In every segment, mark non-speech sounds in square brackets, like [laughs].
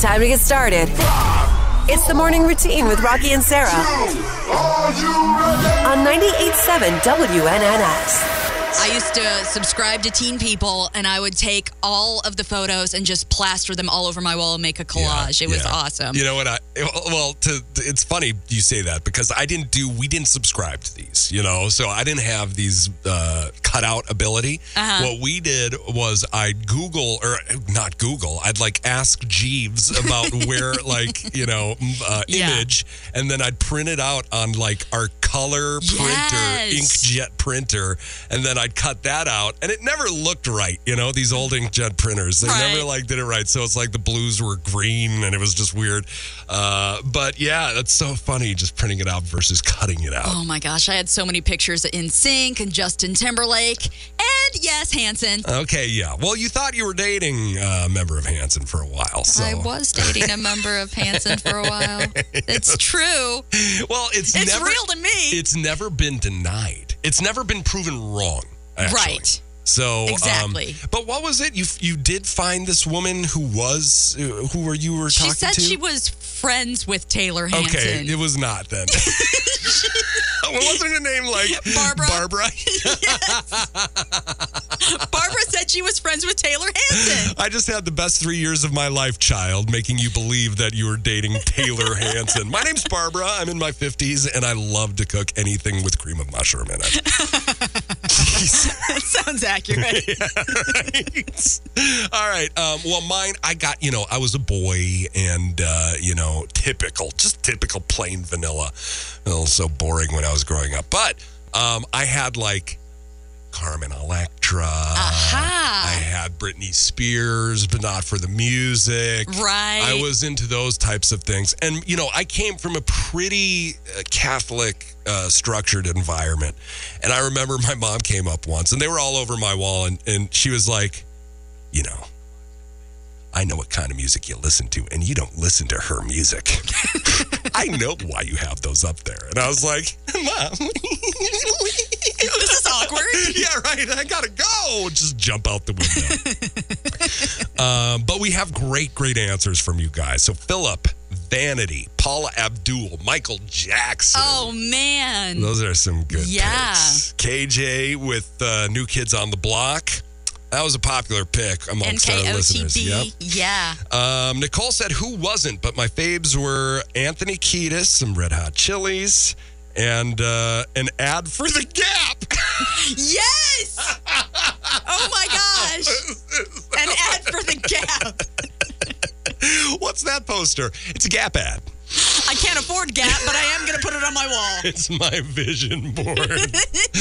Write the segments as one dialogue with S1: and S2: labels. S1: Time to get started. It's the morning routine with Rocky and Sarah on 98.7 WNNS.
S2: I used to subscribe to Teen People, and I would take all of the photos and just plaster them all over my wall and make a collage. it was
S3: Yeah.
S2: awesome.
S3: You know what? I well, to, it's funny you say that because I didn't do. We didn't subscribe to these. You know, so I didn't have these uh, cutout ability.
S2: Uh-huh.
S3: What we did was I'd Google or not Google. I'd like ask Jeeves about
S2: [laughs]
S3: where like you know m- uh,
S2: Yeah.
S3: image, and then I'd print it out on like our color
S2: Yes.
S3: printer inkjet printer, and then I'd cut that out, and it never looked right. You know, these old inkjet printers. They
S2: Right.
S3: never like like did it right. So it's like the blues were green and it was just weird. Uh, but yeah, that's so funny just printing it out versus cutting it out.
S2: Oh my gosh, I had so many pictures in sync and Justin Timberlake and yes, Hanson.
S3: Okay, yeah. Well, you thought you were dating uh, a member of Hanson for a while. So.
S2: I was dating a member of Hanson for a
S3: [laughs]
S2: while. It's true.
S3: Well, it's,
S2: It's
S3: never
S2: real to me.
S3: It's never been denied. It's never been proven wrong. actually.
S2: Right.
S3: So um,
S2: Exactly.
S3: but what was it? You you did find this woman who was uh, who were you were
S2: She
S3: talking
S2: said
S3: to?
S2: she was friends with Taylor Hanson.
S3: Okay, it was
S2: [laughs]
S3: not then. [laughs] What was her name like
S2: Barbara?
S3: Barbara.
S2: Barbara said she was friends with Taylor Hanson.
S3: [laughs] I just had the best three years of my life, child, making you believe that you were dating
S2: [laughs]
S3: Taylor Hanson. My name's Barbara. I'm in my 50s, and I love to cook anything with cream of mushroom
S2: [laughs]
S3: in it. [laughs]
S2: that sounds accurate.
S3: All right. Um, well, mine, I got, you know, I was a boy and, uh, you know, typical, just typical plain vanilla. Oh, so boring when I was growing up. But um, I had like Carmen Electra. [laughs] I
S2: Aha.
S3: had Britney Spears, but not for the music.
S2: Right.
S3: I was into those types of things. And, you know, I came from a pretty uh, Catholic uh, structured environment. And I remember my mom came up once and they were all over my wall. And, and she was like, you know, I know what kind of music you listen to, and you don't listen to her music. [laughs] I know why you have those up there. And I was like, Mom,
S2: [laughs] this is awkward.
S3: [laughs] yeah, right. I gotta go. Just jump out the window. um, but we have great, great answers from you guys. So Philip, Vanity, Paula Abdul, Michael Jackson.
S2: Oh man.
S3: Those are some good
S2: Yeah.
S3: picks. KJ with uh, New Kids on the Block. That was a popular pick amongst our listeners. Yep.
S2: NKOTB. Yeah.
S3: Um, Nicole said, "Who wasn't?" But my faves were Anthony Kiedis, some Red Hot Chilies, and uh, an ad for the Gap. [laughs]
S2: Yes. Oh my gosh. An ad for the Gap.
S3: What's that poster? It's a Gap ad.
S2: I can't afford Gap, but I am going to put it on my wall.
S3: It's my vision board. [laughs]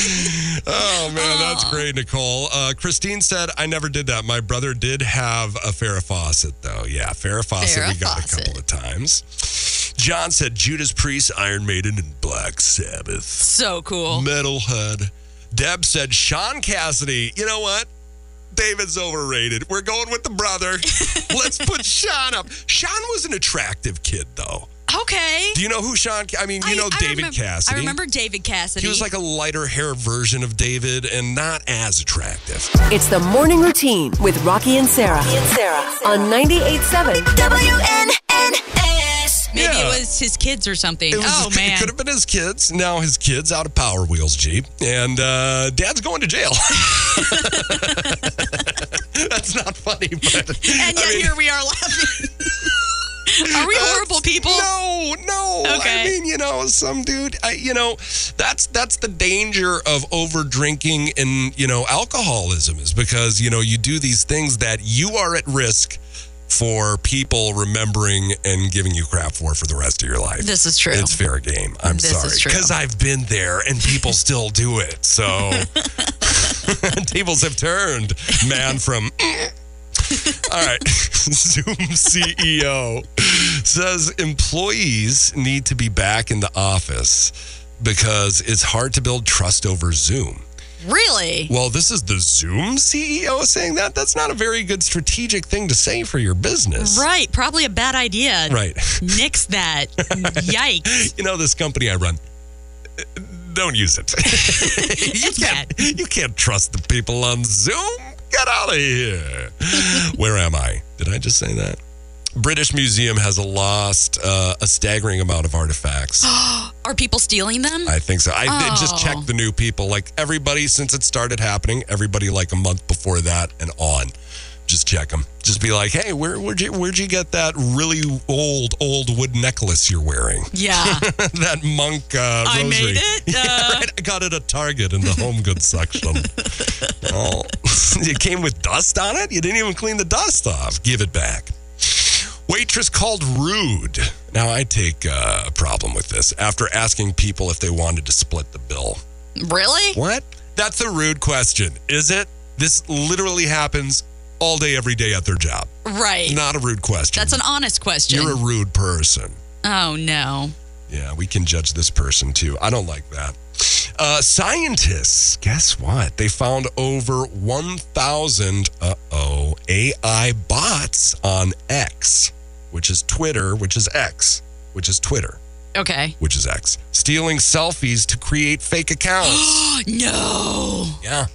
S3: oh, man, that's great, Nicole. Uh, Christine said, I never did that. My brother did have a Farrah Fawcett, though. Yeah, Farrah Fawcett,
S2: Farrah
S3: we got a
S2: Fawcett.
S3: couple of times. John said, Judas Priest, Iron Maiden, and Black Sabbath.
S2: So cool.
S3: Metalhead. Deb said, Sean Cassidy. You know what? David's overrated. We're going with the
S2: [laughs]
S3: brother. Let's put Sean up. Sean was an attractive kid, though.
S2: Okay.
S3: Do you know who Sean? I mean, you know David
S2: remember,
S3: Cassidy.
S2: I remember David Cassidy.
S3: he was like a lighter hair version of David and not as attractive.
S1: It's the morning routine with Rocky and Sarah, on 98.7
S4: WNNS.
S2: maybe
S3: yeah.
S2: it was his kids or something.
S3: It was
S2: oh
S3: his-
S2: man.
S3: It could have been his kids. Now his kids out of Power Wheels Jeep, and uh, Dad's going
S2: [laughs]
S3: to jail. [laughs] That's not funny, but
S2: And yet
S3: I mean,
S2: here we are
S3: [laughs]
S2: laughing. are we horrible people?
S3: No, no.
S2: Okay.
S3: I mean, you know, some dude. I, you know, that's that's the danger of over drinking and you know alcoholism is because you know you do these things that you are at risk for people remembering and giving you crap for for the rest of your life.
S2: This is true.
S3: It's fair game. I'm
S2: This is
S3: sorry.
S2: true.
S3: Because I've been there and people still do it. So [laughs] tables have turned, man, from. [laughs] All right. [laughs] Zoom CEO says employees need to be back in the office because it's hard to build trust over Zoom.
S2: really?
S3: Well, this is the Zoom CEO saying that. That's not a very good strategic thing to say for your business.
S2: Right. Probably a bad idea.
S3: Right. [laughs]
S2: Nix that. Yikes.
S3: you know this company I run. uh, Don't use it. you can't. You can't trust the people on Zoom. Get out of here. Where am I? Did I just say that? British Museum has lost uh, a staggering amount of artifacts.
S2: Are people stealing them?
S3: I think so. I did just
S2: Oh.
S3: checked the new people. Like everybody since it started happening, everybody like a month before that and on. Just check them. Just be like, hey, where, where'd you where'd you get that really old old wood necklace you're wearing?
S2: yeah.
S3: [laughs] that monk uh,
S2: I
S3: rosary.
S2: made it. Uh,
S3: [laughs] Right? I got it at Target in the home goods
S2: [laughs]
S3: section. oh, [laughs] it came with dust on it. You didn't even clean the dust off. Give it back. Waitress called rude. Now I take uh, a problem with this after asking people if they wanted to split the bill.
S2: Really?
S3: What? That's a rude question, is it? This literally happens all day, every day at their job.
S2: Right.
S3: Not a rude question.
S2: That's an honest question.
S3: You're a rude person.
S2: oh, no.
S3: Yeah, we can judge this person too. I don't like that. Uh, scientists, guess what? They found over 1,000 uh oh AI bots on X, which is Twitter, which is X, which is Twitter,
S2: Okay. [gasps]
S3: which is X, stealing selfies to create fake [gasps] accounts.
S2: no.
S3: yeah.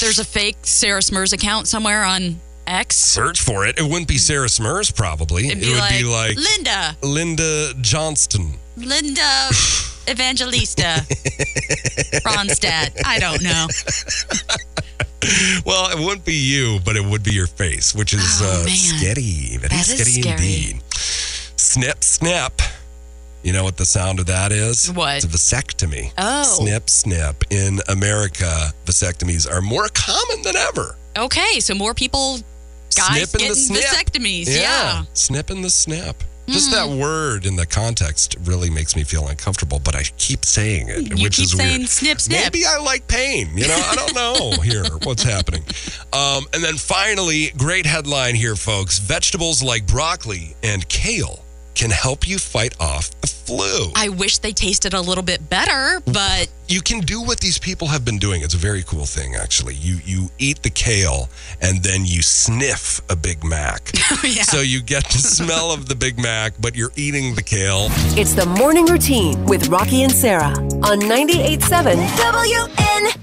S2: There's a fake Sarah Smurs account somewhere on X.
S3: Search for it. It wouldn't be Sarah Smurs, probably.
S2: It'd
S3: it would be like
S2: Linda,
S3: Linda Johnston. [laughs]
S2: Linda Evangelista Ronstadt. I don't know.
S3: Well, it wouldn't be you, but it would be your face, which is
S2: Oh,
S3: uh,
S2: man.
S3: scary. Very
S2: That is
S3: scary,
S2: scary.
S3: indeed. Snip, snip. You know what the sound of that is?
S2: What?
S3: It's a vasectomy.
S2: Oh.
S3: Snip, snip. In America, vasectomies are more common than ever.
S2: Okay, so more people, guys,
S3: Snipping
S2: getting
S3: the snip.
S2: vasectomies. Yeah. Hmm.
S3: Snipping the snip. Just that word in the context really makes me feel uncomfortable, but I keep saying it,
S2: You
S3: which
S2: keep
S3: is
S2: saying
S3: weird.
S2: snip, snip.
S3: Maybe I like pain. You know, I
S2: [laughs]
S3: don't know here what's happening. Um, and then finally, great headline here, folks. Vegetables like broccoli and kale can help you fight off the flu.
S2: I wish they tasted a little bit better, but [laughs]
S3: you can do what these people have been doing. It's a very cool thing, actually. You you eat the kale and then you sniff a
S2: [laughs]
S3: Big Mac.
S2: yeah.
S3: [laughs] So you get the smell of the Big Mac, but you're eating the kale.
S1: It's the morning routine with Rocky and Sarah on 98.7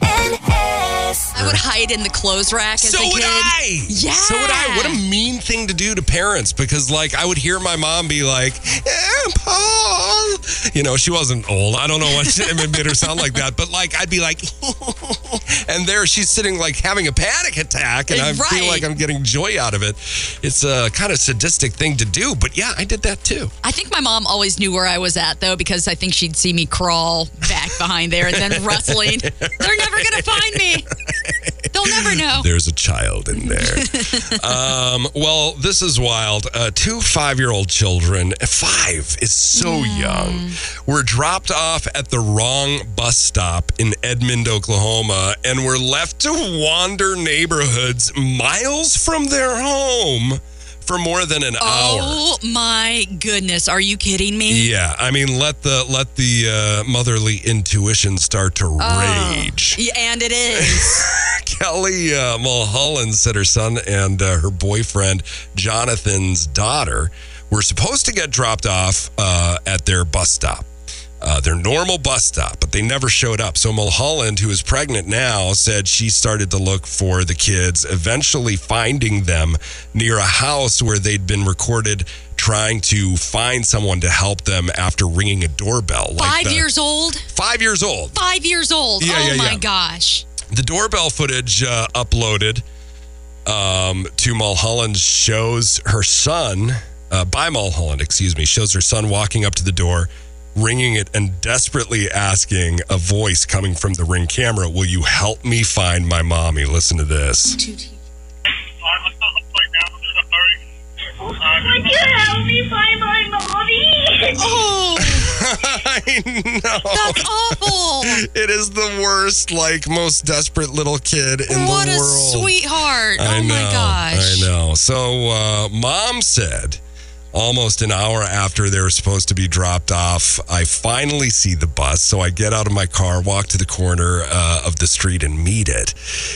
S1: WNNS.
S2: I would hide in the clothes rack as
S3: so
S2: a
S3: would
S2: kid.
S3: I.
S2: Yeah.
S3: So would I. What a mean thing to do to parents because, like, I would hear my mom be like, eh, Paul. You know, she wasn't old. I don't know what she, it made her sound like that, but like, I'd be like, [laughs] and there she's sitting like having a panic attack, and I
S2: Right.
S3: feel like I'm getting joy out of it. It's a kind of sadistic thing to do, but yeah, I did that too.
S2: I think my mom always knew where I was at, though, because I think she'd see me crawl back behind there and then rustling. They're never going to find me. They'll never know.
S3: There's a child in there. um, well, this is wild. Uh, two five year old children, five is so young, were dropped off at the wrong bus stop in Edmond, Oklahoma, and were left to wander neighborhoods miles from their home for more than an hour.
S2: Oh my goodness. Are you kidding me?
S3: Yeah, I mean, let the let the uh, motherly intuition start to rage.
S2: Yeah, And it is.
S3: Kelly uh, Mulholland said her son and uh, her boyfriend Jonathan's daughter were supposed to get dropped off uh, at their bus stop. Uh, their normal bus stop, but they never showed up. So Mulholland, who is pregnant now, said she started to look for the kids, eventually finding them near a house where they'd been recorded trying to find someone to help them after ringing a doorbell.
S2: Five
S3: the-
S2: years old?
S3: Five years old
S2: Five years old.
S3: Yeah,
S2: oh
S3: yeah,
S2: my
S3: yeah.
S2: gosh.
S3: the doorbell footage uh, uploaded um, to Mulholland shows her son, uh, by Mulholland, excuse me, shows her son walking up to the door, ringing it, and desperately asking a voice coming from the ring camera, Will you help me find my mommy? Listen to
S2: [laughs]
S3: this.
S4: Would you help me find my mommy?
S2: Oh,
S3: I know. [laughs]
S2: that's awful.
S3: It is the worst, like, most desperate little kid in
S2: what
S3: the
S2: a
S3: world.
S2: sweetheart.
S3: I
S2: oh
S3: know,
S2: my gosh.
S3: I know. So, uh, mom said almost an hour after they were supposed to be dropped off, I finally see the bus. So I get out of my car, walk to the corner uh, of the street, and meet it.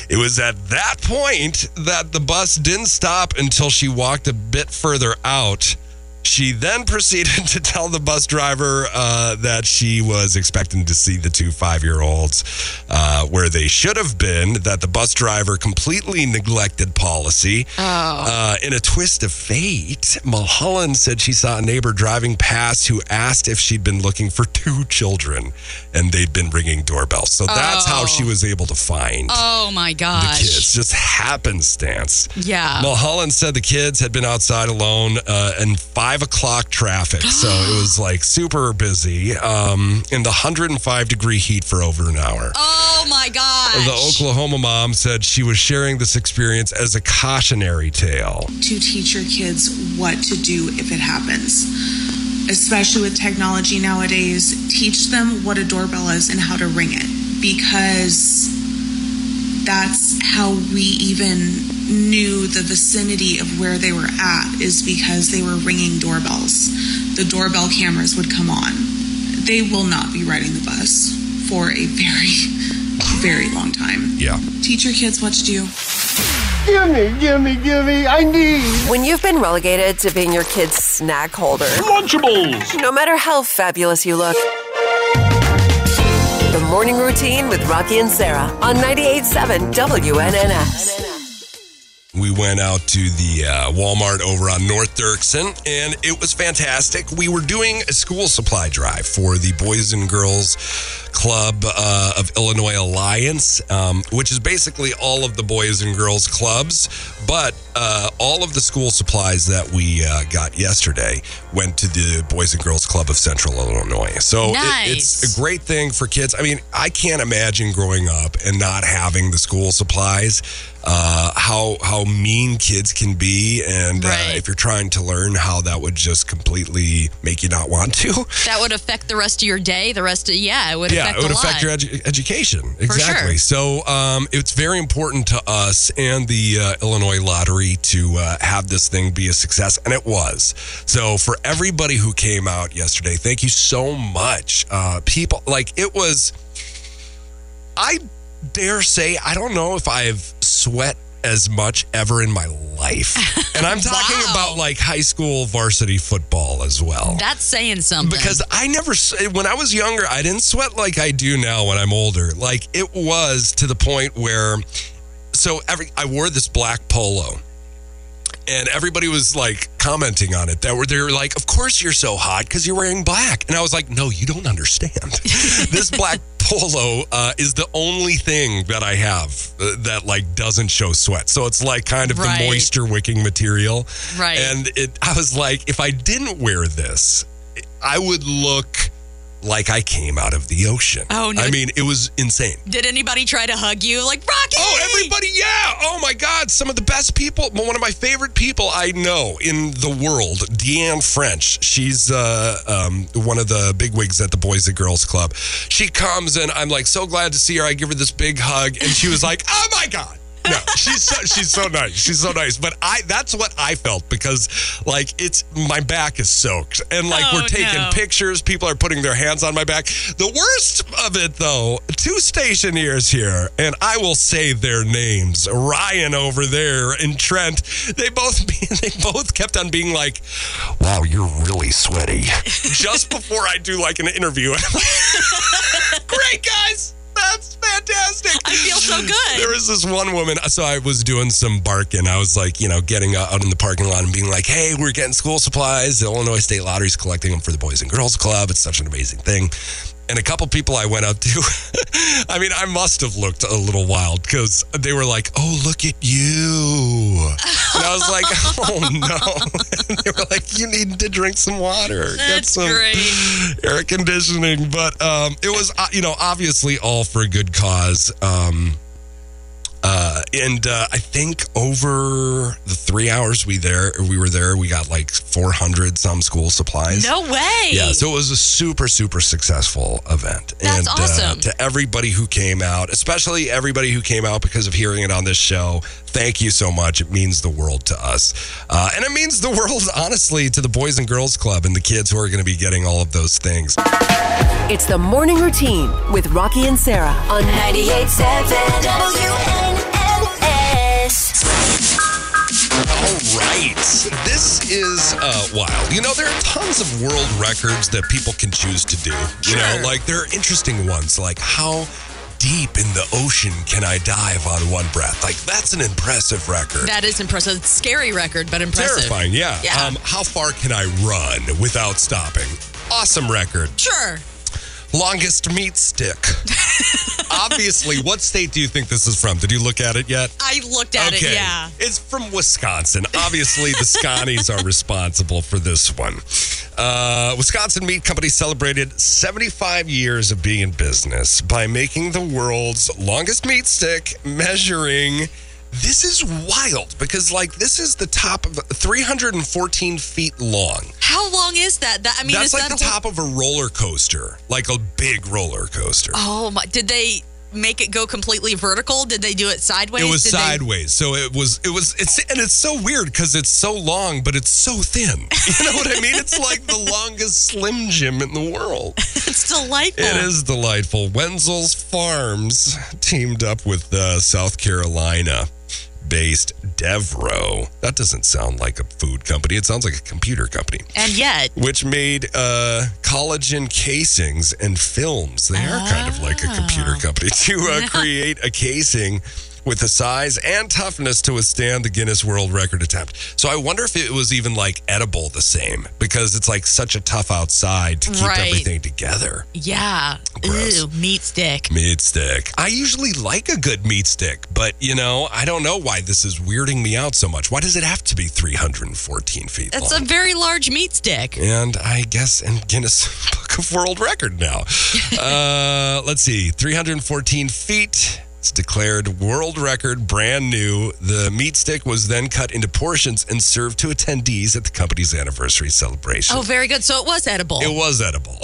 S3: It was at that point that the bus didn't stop until she walked a bit further out. She then [laughs] proceeded to tell the bus driver uh, that she was expecting to see the two five year olds uh, where they should have been, that the bus driver completely neglected policy. Uh, in a twist of fate, Mulholland said she saw a neighbor driving past who asked if she'd been looking for two children and they'd been ringing doorbells. So that's how
S2: Oh.
S3: she was able to find
S2: Oh my
S3: the
S2: gosh.
S3: kids. Just happenstance.
S2: Yeah.
S3: Mulholland said the kids had been outside alone uh, in five
S2: [gasps]
S3: o'clock traffic, so it was like super busy um, in the 105 degree heat for over an hour.
S2: Oh my gosh.
S3: The Oklahoma mom said she was sharing this experience as a cautionary tale.
S5: to teach your kids what to do if it happens. Especially with technology nowadays, teach them what a doorbell is and how to ring it because that's how we even knew the vicinity of where they were at is because they were ringing doorbells. The doorbell cameras would come on. They will not be riding the bus for a very, [laughs] very long time.
S3: Yeah.
S5: Teach your kids what to do.
S6: Gimme, gimme, gimme, I need
S1: When you've been relegated to being your kid's snack holder,
S6: Lunchables!
S1: no matter how fabulous you look, the morning routine with Rocky and Sarah on 98.7 WNNS.
S3: We went out to the uh, Walmart over on North Dirksen, and it was fantastic. We were doing a school supply drive for the Boys and Girls Club uh, of Illinois Alliance, um, which is basically all of the Boys and Girls clubs, but uh, all of the school supplies that we uh, got yesterday went to the Boys and Girls Club of Central Illinois. So it- it's a
S2: Nice.
S3: great great thing for kids. I mean, I can't imagine growing up and not having the school supplies. Uh, how how mean kids can be, and uh,
S2: Right.
S3: if you're trying to learn, how that would just completely make you not want to.
S2: that would affect the rest of your day. The rest of yeah, it would
S3: Yeah,
S2: affect
S3: it would
S2: a lot.
S3: affect your edu- education. Exactly. So um, it's very important to us and the uh, Illinois Lottery to uh, have this thing be a success, and it was. So for everybody who came out yesterday, thank you so much. Uh, people, like it was. I dare say I don't know if I've sweat as much ever in my
S2: [laughs]
S3: life, and I'm talking
S2: Wow.
S3: about like high school varsity football as well.
S2: That's saying something.
S3: Because I never, s- when I was younger, I didn't sweat like I do now when I'm older. Like it was to the point where, so every, I wore this black polo and everybody was like commenting on it. That were they were like, "Of course you're so hot because you're wearing black," and I was like, "No, you don't
S2: [laughs]
S3: understand. this black polo uh, is the only thing that I have uh, that like doesn't show sweat. So it's like kind of the
S2: Right.
S3: moisture wicking material,
S2: Right.
S3: And it, I was like, if I didn't wear this, I would look like I came out of the ocean.
S2: Oh, no.
S3: I mean, it was insane.
S2: Did anybody try to hug you like Rocky?
S3: Oh, everybody, yeah. Oh my God, some of the best people. Well, One of my favorite people I know in the world, Deanne French. She's uh, um, one of the bigwigs at the Boys and Girls Club. She comes and I'm like so glad to see her. I give her this big hug, and she was like, "Oh my God." No, she's so, she's so nice. She's so nice. But I that's what I felt because like it's my back is soaked and like
S2: Oh,
S3: we're taking
S2: no.
S3: pictures. People are putting their hands on my back. The worst of it, though, two stationers here, and I will say their names. Ryan over there and Trent. They both [laughs] they both kept on being like, "Wow, you're really sweaty."
S2: [laughs]
S3: Just before I do like an interview, [laughs] I'm like, great guys. That's fantastic.
S2: I feel
S3: [laughs]
S2: so good.
S3: There was this one woman. So I was doing some barking. I was like, you know, getting uh, out in the parking lot and being like, hey, we're getting school supplies. The Illinois State Lottery's collecting them for the Boys and Girls Club. It's such an amazing thing. And a couple people I went up to, [laughs] I mean, I must have looked a little wild because they were like, oh, look at you. And I was like, [laughs] oh, no. [laughs] And they were like, you need to drink some water. Get
S2: That's
S3: some
S2: great.
S3: air conditioning. But um, it was, uh, you know, obviously all for a good cause. Um, uh, and uh, I think over the three hours we there, we were there, we got like 400 some school supplies. [laughs]
S2: No way.
S3: Yeah, so it was a super, super successful event.
S2: That's
S3: and uh,
S2: awesome.
S3: to everybody who came out, especially everybody who came out because of hearing it on this show, thank you so much. It means the world to us. Uh, and it means the [laughs] world, honestly, to the Boys and Girls Club and the kids who are going to be getting all of those things.
S1: It's the morning routine with Rocky and Sarah on 98.7
S7: WNNS.
S3: All right. This is uh, wild. You know, there are tons of world records that people can choose to do. You know, like there are interesting ones, like how deep in the ocean can I dive on one breath? Like, that's an impressive record.
S2: That is impressive. It's a scary record, but impressive.
S3: Terrifying, yeah.
S2: Yeah.
S3: Um, how far can I run without stopping? Awesome record.
S2: Sure.
S3: Longest
S2: [laughs]
S3: meat stick. Obviously, what state do you think this is from? Did you look at it yet?
S2: I looked at it. Yeah.
S3: It's from Wisconsin. Obviously, the Scotties are responsible for this one. Uh, Wisconsin Meat Company celebrated 75 years of being in business by making the world's longest meat stick, measuring. This is wild because, like, this is the top of 314 feet long.
S2: How long is that? That I mean,
S3: That's
S2: is
S3: like
S2: that
S3: the
S2: a whole-
S3: top of a roller coaster, like a big roller coaster.
S2: Oh my! Did they make it go completely vertical? Did they do it sideways?
S3: It was
S2: Did they- [laughs]
S3: sideways, so it was it was it's and it's so weird because it's so long, but it's so thin. [laughs] You know what I mean? It's like the longest Slim Jim in the world.
S2: it's delightful.
S3: It is delightful. Wenzel's Farms teamed up with uh, South Carolina based Devro. That doesn't sound like a food company. It sounds like a computer company.
S2: And yet,
S3: Which made uh, collagen casings and films. They are kind of like a computer company [laughs] to uh, create a casing with the size and toughness to withstand the Guinness World Record attempt. So I wonder if it was even like edible the same because it's like such a tough outside to keep
S2: Right.
S3: everything together.
S2: yeah.
S3: Gross.
S2: Ew, meat stick.
S3: Meat stick. I usually like a good meat stick, but you know, I don't know why this is weirding me out so much. Why does it have to be 314 feet
S2: That's a
S3: long?
S2: very large meat stick.
S3: and I guess in Guinness [laughs] Book of World Record now. uh, let's see, 314 feet. It's declared world record, brand new. The meat stick was then cut into portions and served to attendees at the company's anniversary celebration.
S2: Oh, very good. So it was edible.
S3: It was edible. [laughs]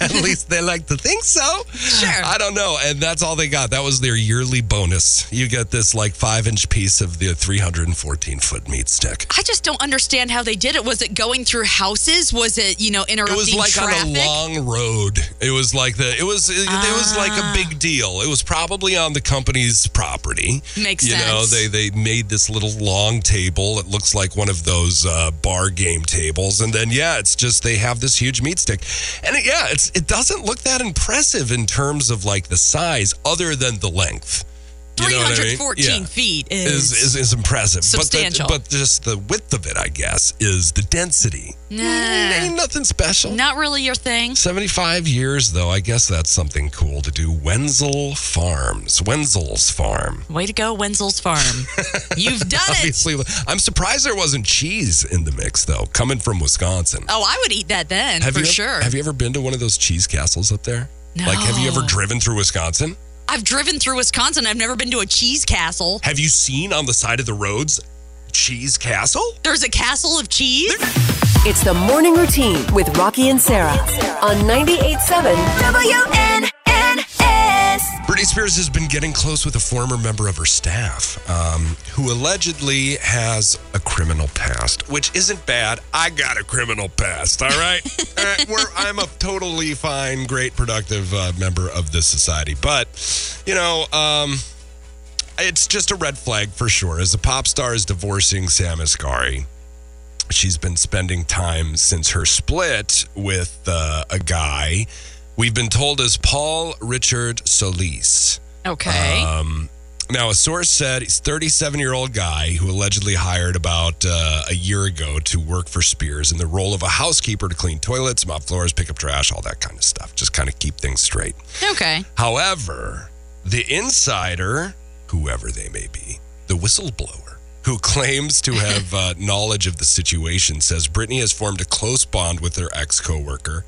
S3: At least they like to think so. Sure. I don't know. And that's all they got. That was their yearly bonus. You get this like five inch piece of the 314 foot meat stick.
S2: I just don't understand how they did it. Was it going through houses? Was it you know
S3: It
S2: interrupting
S3: was like
S2: traffic?
S3: on a long road. It was like the it was it, it was like
S2: Ah.
S3: a big deal. It was probably on the company's property.
S2: Makes
S3: you know,
S2: sense.
S3: they they made this little long table. It looks like one of those uh, bar game tables, and then yeah, it's just they have this huge meat stick, and it, yeah, it's it doesn't look that impressive in terms of like the size, other than the length. You know what I mean?
S2: 314
S3: Yeah
S2: feet is,
S3: is, is, is impressive.
S2: Substantial.
S3: But, the, but just the width of it, I guess, is the density.
S2: Nah.
S3: Ain't nothing special.
S2: not really your thing.
S3: 75 years, though, I guess that's something cool to do. Wenzel Farms. Wenzel's Farm.
S2: Way to go, Wenzel's
S3: [laughs]
S2: Farm. You've done it.
S3: Obviously, I'm surprised there wasn't cheese in the mix, though, coming from Wisconsin.
S2: Oh, I would eat that then for
S3: you, ever-
S2: sure.
S3: Have you ever been to one of those cheese castles up there? Like, have you ever
S2: No.
S3: driven through Wisconsin?
S2: I've driven through Wisconsin. I've never been to a cheese castle.
S3: Have you seen on the side of the roads Cheese Castle?
S2: There's a castle of cheese.
S1: It's the morning routine with Rocky and Sarah on 98.7 WNNS.
S3: Britney Spears has been getting close with a former member of her staff um, who allegedly has a criminal past, which isn't bad. I got a criminal past, all right? Uh, we're, I'm a totally fine, great, productive uh, member of this society. But, you know, um, it's just a red flag for sure. As the pop star is divorcing Sam Asghari, she's been spending time since her split with uh, a guy we've been told is Paul Richard Solis.
S2: Okay.
S3: Uh, Now, a source said he's 37 year old guy who allegedly hired about uh, a year ago to work for Spears in the role of a housekeeper to clean toilets, mop floors, pick up trash, all that kind of stuff. Just kind of keep things straight.
S2: okay.
S3: However, the insider, whoever they may be, the whistleblower, who claims to have uh, knowledge of the situation, says Brittany has formed a close bond with her ex coworker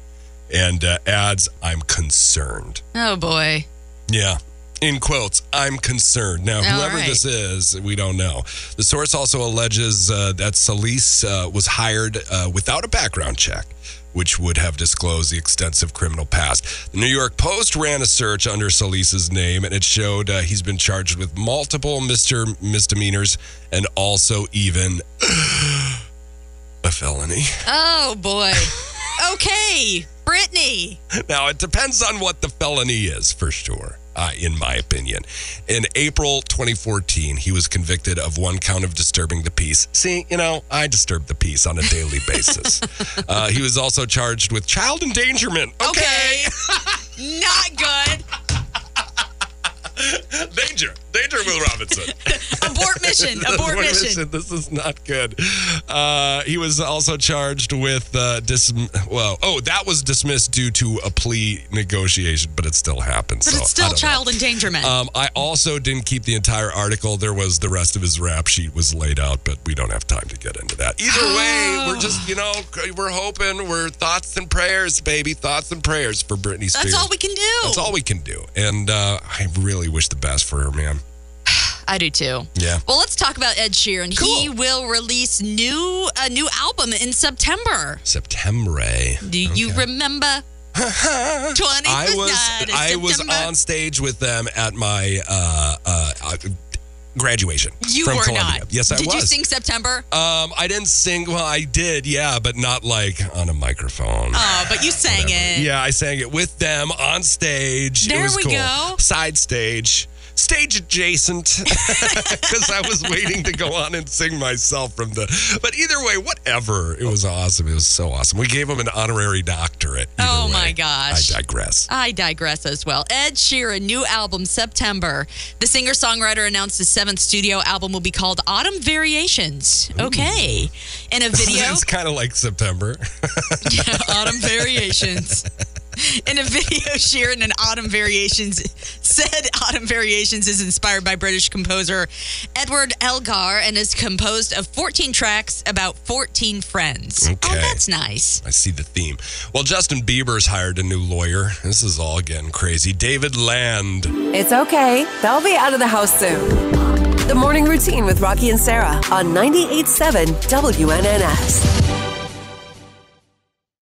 S3: and uh, adds, I'm concerned.
S2: Oh boy.
S3: Yeah. In quotes, I'm concerned. Now,
S2: All
S3: whoever
S2: right.
S3: this is, we don't know. The source also alleges uh, that Solis uh, was hired uh, without a background check, which would have disclosed the extensive criminal past. The New York Post ran a search under Solis's name, and it showed uh, he's been charged with multiple Mr. misdemeanors and also even [gasps] a felony.
S2: Oh boy.
S3: [laughs]
S2: okay, Brittany.
S3: Now, it depends on what the felony is for sure. uh, in my opinion. In April 2014, he was convicted of one count of disturbing the peace. See, you know, I disturb the peace on
S2: [laughs]
S3: a daily basis. uh, he was also charged with child endangerment. Okay.
S2: [laughs] Not good.
S3: Danger. Danger, Will
S2: [laughs]
S3: Robinson.
S2: Abort mission. Abort
S3: [laughs] What is
S2: mission.
S3: it? This is not good. Uh, he was also charged with uh, dis. Well, oh, that was dismissed due to a plea negotiation, but it still happened.
S2: But
S3: so
S2: it's
S3: I
S2: still
S3: don't
S2: child endangerment.
S3: know. Um, I also didn't keep the entire article. There was the rest of his rap sheet was laid out, but we don't have time to get into that. Either way, we're just you know we're hoping we're thoughts and prayers, baby, thoughts and prayers for Britney Spears.
S2: That's all we can do.
S3: That's all we can do, and uh, I really wish the best for her, man.
S2: I do too.
S3: Yeah.
S2: Well, let's talk about Ed Sheeran. He
S3: Cool.
S2: will release new a new album in September.
S3: September.
S2: Do you remember?
S3: [laughs]
S2: Twenty.
S3: I was
S2: night of
S3: I was
S2: September?
S3: on stage with them at my uh, uh, uh, graduation
S2: You
S3: from
S2: were
S3: Columbia.
S2: not.
S3: Yes, I
S2: Did
S3: was.
S2: you sing September?
S3: Um, I didn't sing. Well, I did, yeah, but not like on a microphone.
S2: Oh, but you sang it.
S3: Yeah, I sang it with them on stage. it
S2: There
S3: was
S2: we
S3: cool.
S2: go.
S3: Side stage. Stage
S2: [laughs]
S3: adjacent, [laughs] because I was waiting to go on and sing myself from the. But either way, whatever. It was awesome. It was so awesome. We gave him an honorary doctorate. either
S2: Oh, my
S3: way.
S2: gosh.
S3: I digress.
S2: I digress as well. Ed Sheeran, new album, September. The singer songwriter announced his seventh studio album will be called Autumn Variations. Okay. In
S3: [laughs]
S2: a video.
S3: It's kind of like September. [laughs]
S2: Yeah, [laughs] autumn variations. In a video, Sheeran and Autumn Variations said Autumn Variations is inspired by British composer Edward Elgar and is composed of 14 tracks about 14 friends. Oh,
S3: Okay.
S2: that's nice.
S3: I see the theme. Well, Justin Bieber's hired a new lawyer. This is all getting crazy. David Land.
S1: It's okay. They'll be out of the house soon. The morning routine with Rocky and Sarah on 98.7 WNNS.